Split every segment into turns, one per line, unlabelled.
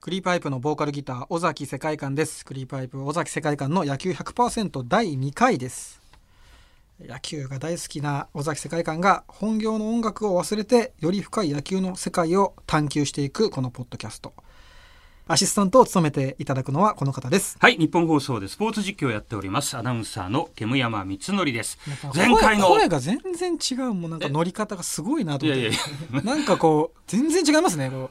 クリーパイプのボーカルギター尾崎世界観ですクリーパイプ尾崎世界観の野球100%第2回です野球が大好きな尾崎世界観が本業の音楽を忘れてより深い野球の世界を探求していくこのポッドキャストアシスタントを務めていただくのはこの方です
はい、日本放送でスポーツ実況をやっております。アナウンサーの煙山光則です
やっぱ。
前回の。
声声が全然違うもうなんか乗り方がすごいなと
い
思っ
や
て
いやい
なんかこう全然違いますねこ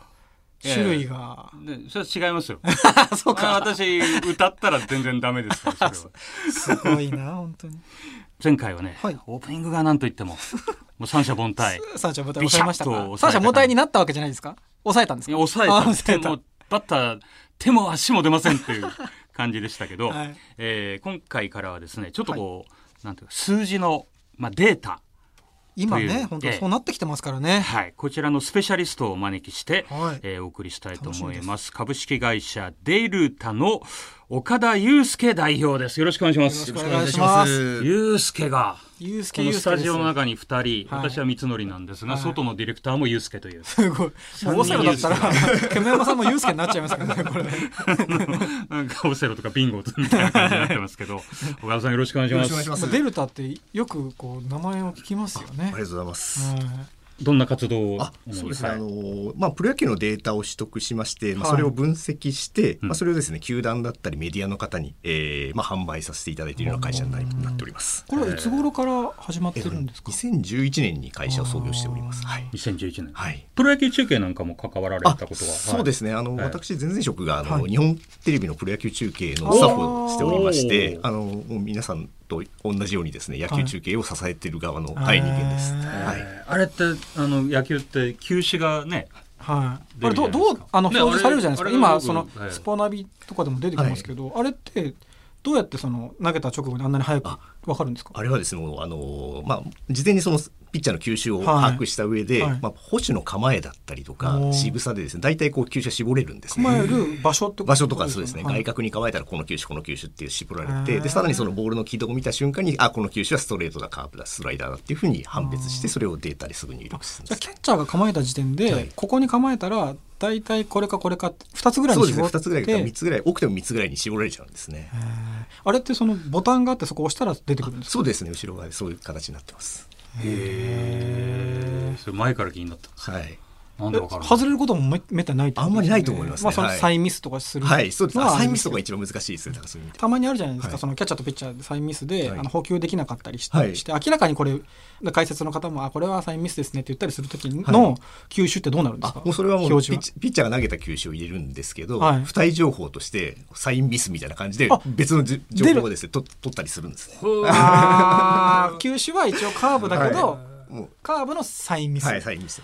う
いや
種類が
や、ねそれは違いますよ。
あ そう
あ私、歌ったら全然ダメです から、それは。
すごいな本当に
前回はね、
はい
オープニングがなんといっ ても、もう三者凡退。
サーチャー母体抑えましたか
ビシャッと抑えた感じ
サーチャー母体になったわけじゃないですか抑えたんですか
抑え
あ
た
抑えた
もうバッター手も足も出ませんっていう感じでしたけ ど、
はい
えー今回からはですねちょっとこう、なんていうか数字の、まあ、データ、
今
とい
ね
う
本当そうなってきてますからね
はい、こちらのスペシャリストをお招きして、
はい
えーお送りしたいと思
楽し
い
み
ま
です
株式会社デルタの岡田祐介代表ですよろしくお願いします
よろしくお願いします
祐介が
ユース
こ
ケユ
の
ー
ス
スケ
タ
で
ジ
す
オの中に2人、
はい
私は三則なんですが、
はい
外のディレクターも祐介という
すごいもうオセロだったら
三
煙山さんもユースケになっちゃいますからねこれ
なんかオセロとかビンゴみたいな感じになってますけど岡田さんよろしくお願いします
よろしくお願いしま
まあデルタってよくこう名前を聞きますよね
ありがとうございます。
はい
どんな活動を
あそうですね、
はい
あのーまあ、プロ野球のデータを取得しまして、まあ、
はい
それを分析して、
うん
まあ、それをですね球団だったりメディアの方に、えーまあ、販売させていただいているような会社になりなっております。
これはいつ頃から始まってるんですか
2011年に会社を創業しております。はい、
2011年、
はい
プロ野球中継なんかも関わられた
あ
ことは
そうですねあの、
はい
私前々職があの、
はい
日本テレビのプロ野球中継のスタッフをしておりまして
おー
あのもう皆さんと同じようにですね野球中継を支えている側の
はい
第二元です。
へー
はい
えーあれってあの野球って球種がね
はい。
出
あ
る
れ
じゃ
どうど
ないです
う
か
あの
ね
表示されるじゃないですか。
あれあれ
今
が
その
僕はい
スポナビとかでも出てきますけど、あれってどうやってその投げた直後にあんなに早くわかるんですか。
あれはですね、もうあのまあ、事前にそのピッチャーの球種を
はい
把握した上で、
はい
まあ、保守の構えだったりとか
おー
仕草でですね大体こう球種絞れるんです
構え
ね。
る場所ってこと
場所とかそうですね、
はい
外角に構えたらこの球種この球種っていう絞られ
へ
て
ー
でさらにそのボールの軌道を見た瞬間にあこの球種はストレートだカーブだスライダーだっていうふうに判別してそれをデータですぐに入力するん
じ
で
ゃあ
す
キャッチャーが構えた時点で、
はい
ここに構えたらだいたいこれかこれかって二つぐらい
そう
に
ですね
絞って。
2つぐらいか3つぐらい多くても3つぐらいに絞られちゃうんですね
へーあれってそのボタンがあってそこ押したら出てくるんですか。
そうですね後ろ側でそういう形になってます
へえそれ前から気になった
はい
なんでわかる
え外れることもめめったにないってことですよね
あんまりないと思いますね
まあその
はい
サインミスとかするのは
はいそうですねサインミスと
あ
か
れですけど
一番難しいですねだからそういう意味で
たまにあるじゃないですか、
はい
そのキャッチャーとピッチャーでサインミスで、
はい
あの補給できなかったりし,、
はい
て明らかにこれ解説の方もあこれはサインミスですねって言ったりする時
は
の球種ってどうなるんです
あ
か、
もうそれはもうピ
表示
ッチピッチャーが投げた球種を入れるんですけど、
はい
不対情報としてサインミスみたいな感じで
あ
別のじ
出る
情報をですねと取ったりするんですね。
あー球種は一応カーブだけど、
もう
カーブのサインミス、
はいサインミス。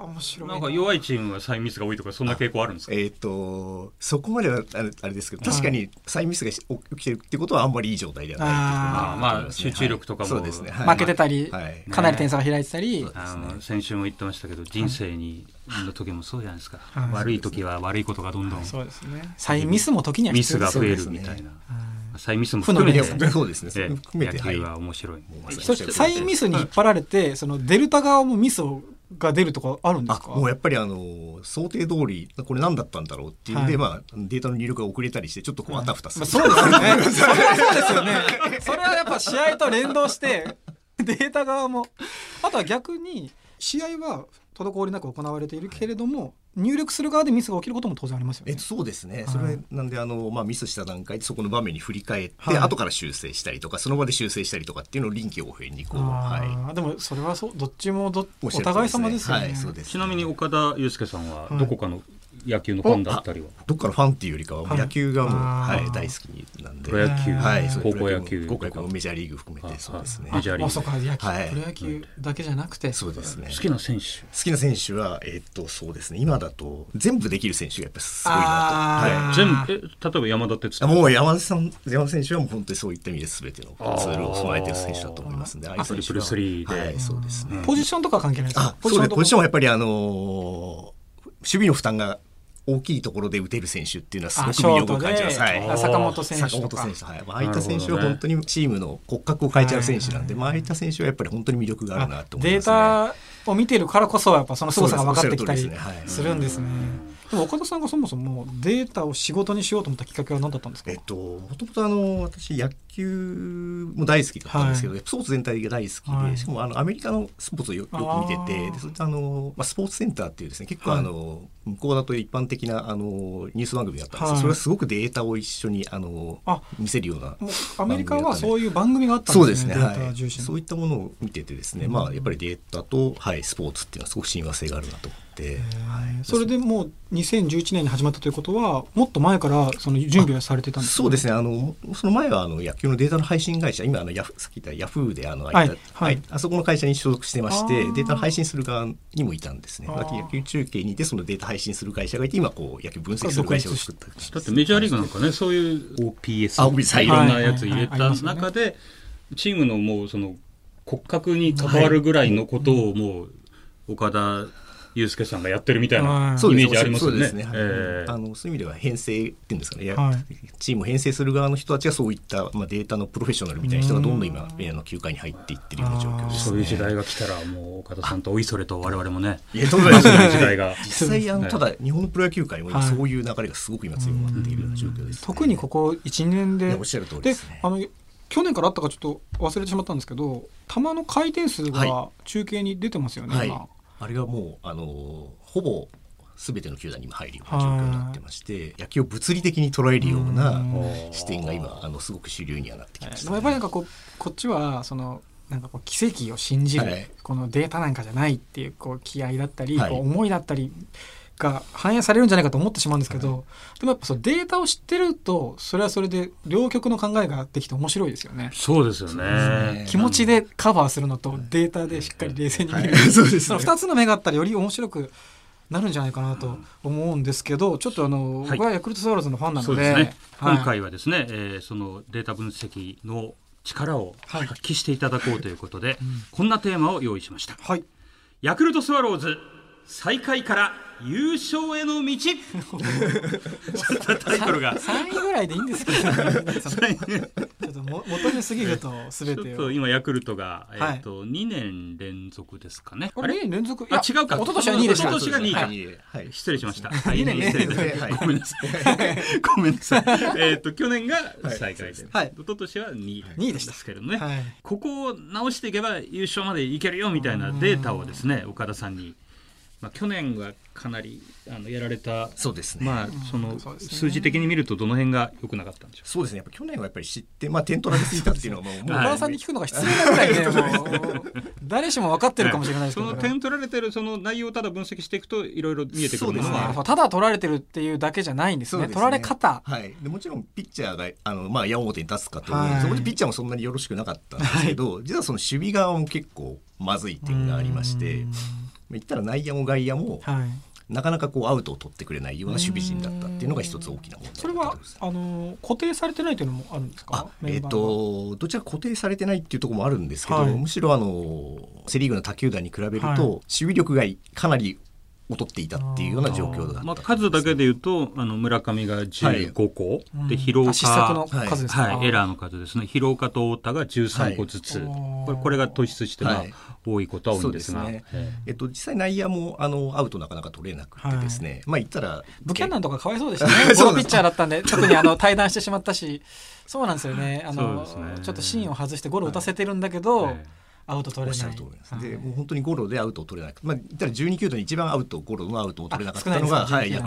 面白い
なんか弱いチームはサインミスが多いとかそんな傾向あるんですか
えっ、とそこまではあれあれですけど確かにサインミスがし起きてるってことはあんまりいい状態ではない
あーまあ
っていうことになると思いますね
集中力とかも
はいそうですね。は
負
い
けてたり、
はい
かなり点差が開いてたり、
あの先週も言ってましたけど人生にの時もそうじゃないですか、
い
悪い時は悪いことがどんどん
そうですねサインミスも時には
ミ
必
ス
要で
が
す
増
よ
え
ね
るみた
そうで
い
す
な、
はい
サインミスも含めて
負の連
鎖そうですねそれも含めて
ええ野球は面白い、
はい
そしてサインミスに引っ張られてそのデルタ側もミスをが出るとかあるんです
あ
か
もうやっぱりあの想定通りこれ何だったんだろうっていうので、まあ、データの入力が遅れたりしてちょっとこうあたふたす
ま
る、
あ、そうですよね。それはそうですよね。それはやっぱ試合と連動して、 データ側も。あとは逆に、試合は滞りなく行われているけれども、入力する側でミスが起きることも当然ありますよ
え
ね
っと、。そうですね、
い
それなんであの、まあ、ミスした段階でそこの場面に振り返って、
はい
後から修正したりとかその場で修正したりとかっていうのを臨機応変にこう、は
あーでもそれはそうどっちもど
い、
お互い様ですよね。
はいそうです
ちなみに岡田祐介さんは
はい
どこかの野球のファンだったりは、
どっからファンっていうよりかはも
は
う
い
野球がもう、
あ
は
ー
い大好きなんで
プロ野球、
はい、そう
高校野球
高
と
校
か
野球もメジャーリーグ含め
はい
てそうですね
はいメジャーリーグ
あそうか野球、
はい
プロ野球だけじゃなくて。
そうですね
好
好
きな選手
きな選手はえっとそうですね今だと全部できる選手がやっぱすごいなと
あー
はい
全部え例えば山田哲
あ
人
もう山田さん、山田選手はもう本当にそういった意味で全てのツールを備えてる選手だと思いますんで、ああいう選手
ト
は
リプルスリーで
はい、そうですね。
ポジションとかは関係ないです
あ
か。、
そうですね。ポジショ
ン
ンはやっぱりあのー守備の負担が大きいところで打てる選手っていうのはすご
あ
く
ショ
魅
ー
力
ト
を
で、
感じます。はい。
あ坂本選手
坂
と
本
か
選手、はい、ああいった選手は本当にチームの骨格を変えちゃう選手なんで、まあああいった選手はやっぱり本当に魅力があるなと思い
デ
ます、ね。
ータを見てるからこそやっぱその凄さが分かってきた
そ
り
うですおっしゃる通りですねはい
するんですね。でも岡田さんがそもそもデータを仕事にしようと思ったきっかけは何だったんですか
えっと、もともとあの私野球も大好きだったんですけど、スポーツ全体が大好きで、
はい
しかもあのアメリカのスポーツをよよく見て
あ
て
ー
でそれとあの、まあ、スポーツセンターっていうですね結構
はい
あの、向こうだと一般的なあのニュース番組だったんですけど、
はい
それはすごくデータを一緒にあの
あ
見せるような
もうアメリカはそういう番組があったん
そう
で
ですす
ね
ね、
デ
は
ータ重
い、
視の
そういったものを見ててですね、まあ、やっぱりデータと、はい、スポーツっていうのはすごく親和性があるなと思って、はい、
それでもう2011年に始まったということはもっと前からその準備はされてたんですか
そうですねあのその前はあの野球のデータの配信会社今あのヤフさっき言ったヤフーであの、
はい
あいた
はい
あそこの会社に所属してまして
あー
データの配信する側にもいたんですね
あー
だって野球中継にいてそのデータ配信する会社がいて今こう野球分析する会社を作った
だってメジャーリーグなんかね、そういう OPS とかいろんなやつ入れた中で、チームのもうその骨格に関わるぐらいのことをもう岡田祐介さんがやってるみたいな
そ
イメージありますよ
そうです
ね
ね、。はい
ええ
あのそういう意味では編成っていうんですかね、や
はい
チームを編成する側の人たちがそういった、まあ、データのプロフェッショナルみたいな人がどんどん今あの球界に入っていってるような状況です、ね、
そういう時代が来たら、もう岡田さんとおいそれと我々もね、
いやとんでもない
そういう
です
時代が。
実際あのただ日本のプロ野球界も今
はい
そういう流れがすごく今強まっているような状況です、ね、
特にここ1年
い
で
やおっしゃる通り
で
ですね
あの去年からあったかちょっと忘れてしまったんですけど球の回転数が
は
中継に出てますよね、
はい
今、
あれがもうあのーほぼ全ての球団に今入るような状況になってまして野球を物理的に捉えるような視点が今あのすごく主流にはなってきまし
で
た、
もやっぱりなんかこうこっちはそのなんかこう奇跡を信じる、
はい
このデータなんかじゃないっていうこう気合だったり、
はい
こう思いだったりが反映されるんじゃないかと思ってしまうんですけど、でもやっぱそのデータを知ってるとそれはそれで両極の考えができて面白いですよね。
そうですよ
す
ね
ね。
気持ちでカバーするのとデータでしっかり冷静に見る、
はい そうですね
その2つの目があったらより面白くなるんじゃないかなと思うんですけどちょっとあの、
い
僕はヤクルトスワローズのファンな
そ
の
う
で
ですね。
はい
今回はですね、えーそのデータ分析の力を発揮していただこうということで、こんなテーマを用意しました。
はい
ヤクルトスワローズ最下位から優勝への道ちょっとタイトルが
3位ぐらいでいいんですけど、ちょっとも求めすぎると全
ちょ
て
っ
を
と。今ヤクルトが、え
はい
ー、と2年連続ですかね
これ2年連続い
あ違うか
一昨年は2位でした。
一昨年が二位か
はい
はい
失礼しました。
そ
は
うですね
い、
いいね
失礼です
はい
ごめんなさい。ごめんなさい。えっと、去年が最下位で、
はい
一昨年は2位
二位でした
すけどね、
はい
ここを直していけば優勝までいけるよみたいなデータをですね、岡田さんに、まあ、去年はかなりあのやられた、
そうですね、
まあ、その
そうですね
数字的に見ると、どの辺が良くなかったんでしょ
そうですねやっぱ去年はやっぱり知ってまあ点取られすぎたっていうのはもうもう
岡田さんに聞くのが失礼なぐらいね、も う誰しも分かってるかもしれないですけ
そ
ど、
の点取られてるその内容をただ分析していくといろいろ見えてくるもの
そうです
が
ね
ただ取られてるっていうだけじゃないんです
そう
ね。
です
取られ方、
はい、でもちろんピッチャーがあの、まあ、矢面に立つかと、
はい
そこでピッチャーもそんなによろしくなかったんですけど、実はその守備側も結構まずい点がありまして
うん
言ったら内野も外野も
はい、
なかなかこうアウトを取ってくれないような守備陣だったっていうのが一つ大きな問題
それ
だった
は
とです。
あの固定されてないというのもあるんです
あ
か。
え
メ
っ、
ンバーが
とどちらか固定されてないっていうところもあるんですけど、
はい
むしろあのセ・リーグの他球団に比べると、
はい
守備力がかなり劣っていたっていうような状況だったんですね
まあ、数だけでいうとあの村上が15個、
うん
で広
あ
岡
失策の数ですか。
はい、エ
ー
ラーの数ですね広岡と太田が13個ずつ、
はい
これこれが突出して、まあ
はい
多いことは多いんですが
そうですね
え
えっと、実際内野もあのアウトなかなか取れなくてですね、まあ言ったら
ブキャンナ
ン
ンとかかわいそうでしたね。
そ
ゴ
う
ロピ
なんです
ッチャーだったんで、特にあの対談してしまったし、そうなんですよ ね。あの、
そうですね
ちょっと芯を外してゴロ打たせてるんだけど、
ええ
アウト取
お
れ
っしゃ
な
る
い。
と思います、
はい
でもう本当にゴロでアウトを取れなくて、まあ、言ったら12球団で一番アウトゴロのアウトを取れなかったの
あ
が
少な
はいい
です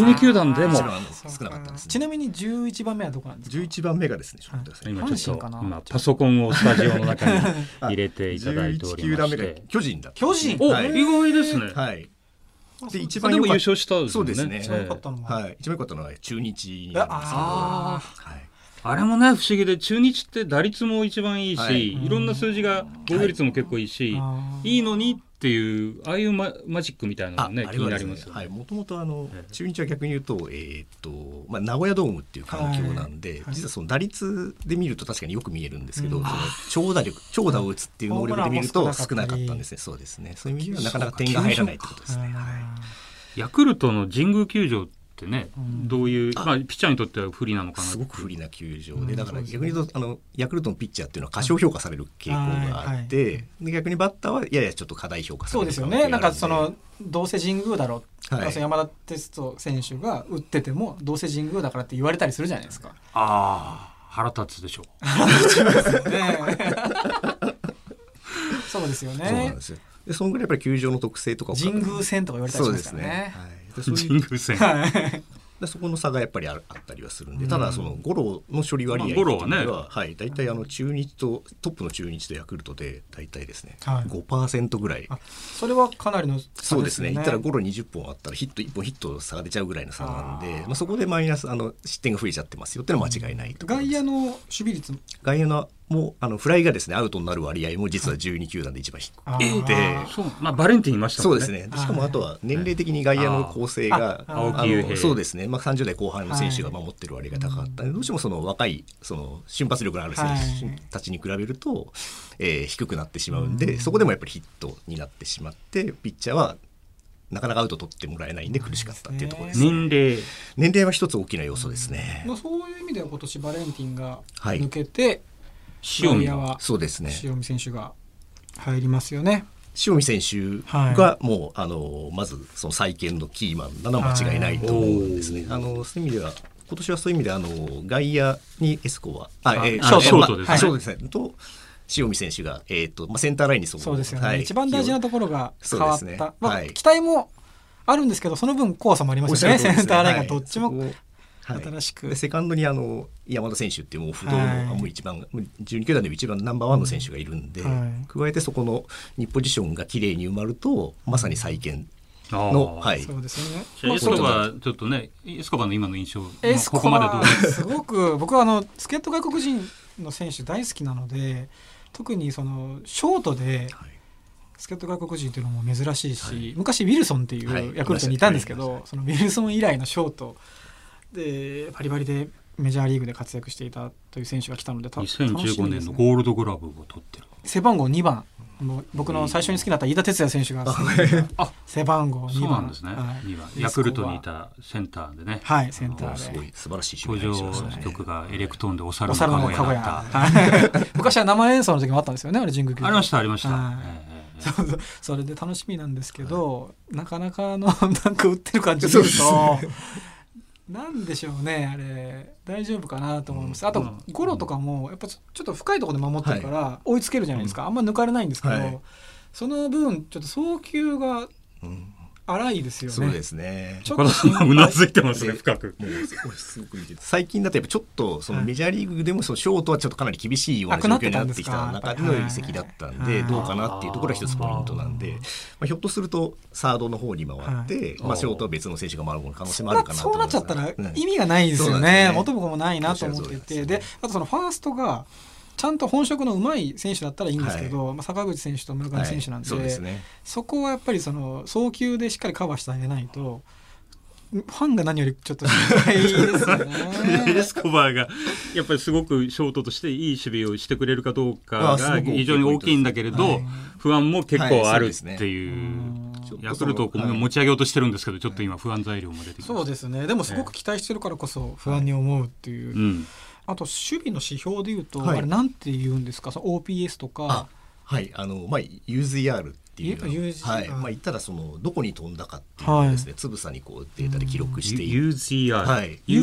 ね
ヤクルトだ
あ
っ
あ12
た
球団でも
一番少なかったんですね
ちなみに11番目はどこなんですか
11番目がですねちょっと待ってください、
今ちょっ
阪神かな
と今パソコンをスタジオの中 に入れていただいており
11球
ま
団
し
目が
て
巨人だった
巨人
お、
はい
意外ですね、
はいで一
それ
番
でも
良
優
かった
勝したんです
そ
よ
う
ね
ですね
一番良かったのは。
はい、一番良かったのは中日になるんですけど、
ああ、
はい、
あれもね不思議で中日って打率も一番いいし、、
はいい
ろんな数字が防御率も結構いいし、
あー
い、いのにっていうああいうママジックみたいなのがね
あ
気になります
ね
よね
はい、もともとあの
ええ
中日は逆に言うと,、えーっとまあ、名古屋ドームっていう環境なんで、
はい
実はその打率で見ると確かによく見えるんですけど、
うん
その長打力長打を打つっていう能力で見
ホー
る
ム
と
ランも
少
少な
な
か
か
っ
ったた
り
んですねそうですねそういう意味ではなかなか点が入らないってことですね。はい
あ
ヤクルトの神宮球場ってね、どういう、まあ、ピッチャーにとっては不利なのかな
すごく不利な球場で、だから逆に言うとあのヤクルトのピッチャーっていうのは過小評価される傾向があって、で逆にバッターはややちょっと過大評価さ
そう
れる
ですよねなんかそのどうせ神宮だろう、
はい
その山田哲人選手が打っててもどうせ神宮だからって言われたりするじゃないです か。
ああ腹立つでしょ
ねえそうですよ
そうな
ね
んですよでそのぐらいやっぱり球場の特性とかを
神宮戦とか言われたりし
そう
ま
です
から
すね
ね。
はいでそういう
神宮戦
はい
でそこの差がやっぱりああったりはするんで、ただその五郎の処理割
まあ
合ってい
ゴ
うの
ロはね
はい、大体あの中日とトップの中日とヤクルトで大体ですね、
はい
5%ぐらい
あそれはかなりの差
そうですね言ったら
5
ゴロ20本あったらヒット1本ヒット差が出ちゃうぐらいの差なんでまあ、そこでマイナスあの失点が増えちゃってますよってのは間違いないと思い
外
ます
野の守備率も
外野のもうあのフライがですねアウトになる割合も実は12球団で一番低
あ
くて。
ー
そうまあバレンティンいました
そ
も
うん
ね
ですね。しかもあとは年齢的に外野の構成が、
あ
あの
青木雄平
そうですね。まあ30代後半の選手が守ってる割合が高かったので、どうしてもその若いその瞬発力のある選
はい
手たちに比べると、えー低くなってしまうんで、そこでもやっぱりヒットになってしまって、ピッチャーはなかなかアウト取ってもらえないんで苦しかったっていうところです。
年齢
年齢は一つ大きな要素ですね。
まあ、そういう意味では今年バレンティンが
はい
抜けて、
塩見
外野は
そうですね。
塩見選手が入りますよね。
塩見選手がもう、あのまずその再建のキーマンなのは間違いないと思うんですね。
は
あのそういう意味では今年はそういう意味であの外野にエスコはあ
あシ
え
ョート
あ
ショー
トですね
はいショートですねと塩見選手がえっ、とまあセンターラインにそう
そうですよね、
はい
一番大事なところが変わった、
そうですね
まあ、
はい
期待もあるんですけどその分怖さもありま
おっ
す
し
よ
ゃる
ね
通 りです
センターラインが
はい
どっちも、
そこはい
新しく
でセカンドにあの山田選手っていうもう不動の、
はい
もう一番もう12球団でも一番ナンバーワンの選手がいるんで、
はい
加えてそこのにポジションが綺麗に埋まるとまさに再建の、
の
はい、
そうですよね、
じゃあエスコバーちょっとねエスコバーの今の印象まあ
エス
こ
コ
こまでど
バ
うですか
ーすごく僕はあの助っ人外国人の選手大好きなので特にそのショートで
はい
助っ人外国人というのも珍しいし、昔ウィルソンってい
はいう
ヤクルトにいたんですけど、
はい
そのウィルソン以来のショートでバリバリでメジャーリーグで活躍していたという選手が来たのでた楽しみですね
2015年のゴールドグラブを取ってる
背番号2番もう僕の最初に好きになった飯田哲也選手が
あ
背番号2
そう
番
なんですね
はい
二番ヤクルトにいたセンターでね
はいセンター
あの
です
ごい素晴らしい集
登
団
場
しました
曲
ね。
がエレクトーンでお猿
お
の
猿の
籠
かご
屋
や
だった
はい昔は生演奏の時もあったんですよねあれ神宮球場
ありましたありました
はい
ええええ
そうそう それで楽しみなんですけど、なかなかあの なんか売ってる感じ見る
そう
と、なんでしょうねあれ大丈夫かなと思います、あと、
うん
ゴロとかもやっぱちょちょっと深いところで守ってるから、追いつけるじゃないですか、あんま抜かれないんですけど、
はい
その分ちょっと送球が
うん
荒いですよね。
そうですね。
ちょっ
岡
と
田さ
心配
んは うなずいてますね深く
もうすごいすごく見てて最近だとやっぱちょっとその
はい
メジャーリーグでもそのショートはちょっとかなり厳しいような状況になってきた中での移籍だったん
はい
でどうかなっていうところが一つポイントなんで、まあ、ひょっとするとサードの方に回って、
はい
まあ、ショートは別の選手が回る可能性もあ
ま
る
あ
かなと
そう
思
なっ
います
ちゃったら
うん
意味がないですよ
そうなんです
ね
よね
元も子もないなと思っていて
おっしゃる通り
で,、
ですね
あとそのファーストがちゃんと本職のうまい選手だったらいいんですけど、まあ、坂口選手と村上選手なんで,、
はいそうですね
そこはやっぱりその送球でしっかりカバーしてあげないとファンが何よりちょっと心配ですよ
エ
ね。
スコバーがやっぱりすごくショートとしていい守備をしてくれるかどうか
あすご
が
く大きい
非常に大きいんだけれ
は
ど
い
不安も結構あるっ
はいそうですね
ていう
ちょっとその
ヤクルトをこう
はい
持ち上げようとしてるんですけどちょっと今不安材料も出てきて
そうですねでもすごく期待してるからこそ不安に思うっていう、
うん
あと守備の指標でいうと、
はい
あれなんて言うんですかその OPS とか
あはいあのまあ UZR っていう
ゆ UZR
はいまあ、言ったらそのどこに飛んだかっていうのをですね、つぶさにこうデータで記録している
UZR
はい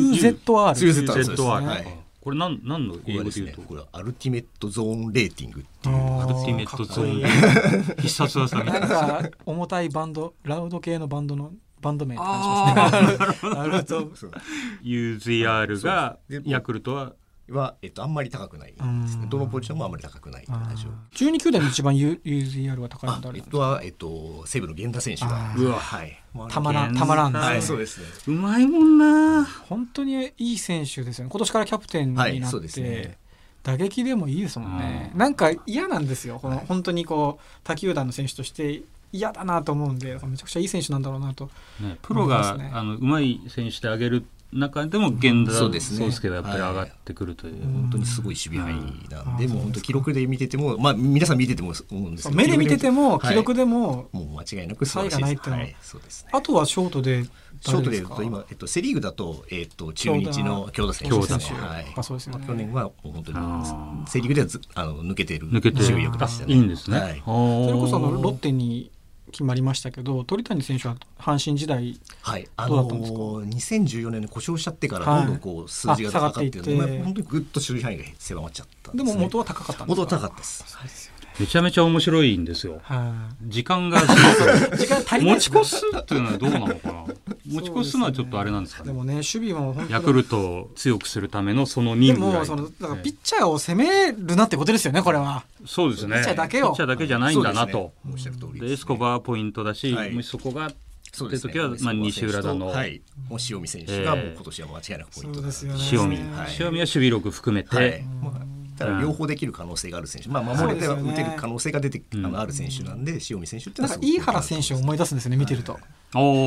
UZR
そうですね
UZR
はい
これ何何の
これ
英
は
語で
で
す言う
ね
と
これはアルティメットゾーンレーティングって
あ
いう
ー
アルティメットゾーン
かっこいい
必殺技みたい
なん
な
か重たいバンドラウド系のバンドのバンド名って感じますね。なるほど。
そう
UZR が
そうですで
ヤクルトは
は、えっと、あんまり高くないです
う
ね
ん。
どのポジションもあんまり高くない大丈夫。
十二球団で一番 U UZR が高いの
あ
誰
え
で
っ
す
とは、えっと、西武の源田選手
あ
が。
ー
うわ、はい。
たまらん
源
た
田
まらん
はい、
です
そう
ね。
ですね。
うまいもんな
本当にいい選手ですよね。今年からキャプテンになっ
はいそうです
て
ね
打撃でもいいですもんね。
うん
なんか嫌なんですよ。この
はい
本当にこう他球団の選手として嫌だなと思うんで、めちゃくちゃいい選手なんだろうなと。
ね、プロが、
思いますね
あのうまい選手であげる中でも源田
そうですね
壮介がやっぱり上がってくるという。
本当にすごい守備範囲なんで、
うん
もう本当記録で見てても、まあ、皆さん見てても思うんですけど
目で見てても
はい
記録でも、
もう間違いなく素晴ら
差異が
しいで
ないってい
す。
うの
は、
はい
そうですね。
あとはショートで
ショートで
誰
言
す
う
か
と今、えっと、セ・リーグだと,、えっと中日の京田選手
京
で
田
す
選
ね
手
はい
あそうですよね
まあ去年はもう本当
あ
にセ・リーグではずあの抜けてる
抜けて
守備力でしたね。
いいんですね。
はい
それ
そ
こそあのロッテに決まりましたけど鳥谷選手は阪神時代
はい、あ
どうだ
の
ったんですか
2014年に故障しちゃってから
はい
どんどんこう数字が下がっていって、
あ下がっていって
まあ、本当にぐっと守備範囲が狭まっちゃったん
で
です、
も
ね、
元は高かったんです
元は
か
高かったです。
そうですよね
めちゃめちゃ面白いんですよ。
は
時間がすご
い時間足
く
りない
持ち越すっていうのはどうなの かな。持ち越すのはちょっとあれなんですか
で
ね。
もね守備も本当に
ヤクルトを強くするためのその
で
任務
もそのだからピッチャーを攻めるなってことですよねこれは
そうですね。
ピッチャーだけを
ピッチャーだけじゃないんだなと。
そうですねおっしゃる通りですね
でエスコバーはポイントだし、
はい
もしそこが
そうですね
って時はまあ西浦田の
はい、もう塩見選手がもう今年は間違いなくポイントだ
そうですよね
塩見、
はい
塩見は守備力含めて、
はい、まあ、ただ両方できる可能性がある選手、まあ、守れては
そうですよね
打てる可能性が出て、あ
うん
のある選手なんで、塩見選手ってい
なん
うのは
か
すご
飯
く
原選手を思い出すんですよね見てると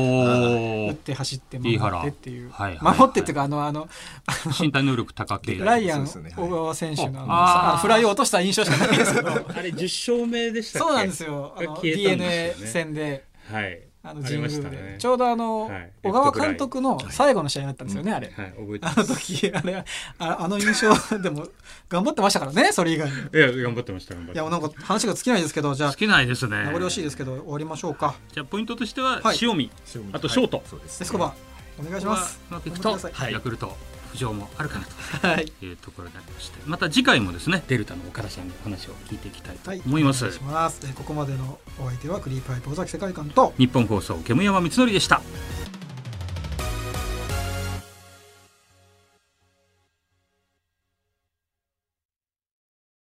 打
お
っ
お、
て走って守
飯原
ってっていう
はいはいはい
守ってっていうかあのあのあの
身体能力高系。
ライアン
そうですよ
小
ねはい
川選手のあの
あー
あフライを落とした印象しかないんです けど
あれ10勝目でしたっけ
そうなんですよあの
消えたんで
DNA
すよね
戦で
はい
あの
あり
神
ま
宮
した
で、
ね
ちょうどあの、
はい
小川監督の最後の試合だったんですよね、あれ、
はい覚えて
あ
ま
の時あれああの印象でも頑張ってましたからねそれ以外にい
すいや頑張ってました頑張って
やもう
まし
なんか話が尽きないですけどじゃ
た
あ
好きないですね
名残惜しいですけど終わりましょうか
じゃあポイントとしては
はい
塩見、
塩見
あとショート
はいそうです
エ
ね
スコバお願いします
うまくいく
頑張
と
ってくだ
はい
ヤクルト浮上もあるかな
さいはい
というところでありましてまた次回もですねデルタの岡田さんの話を聞いていきたいと
はい
思います、
お願しますえここまでのお相手はクリーパイプ尾崎世界観と
日本放送煙山光則でした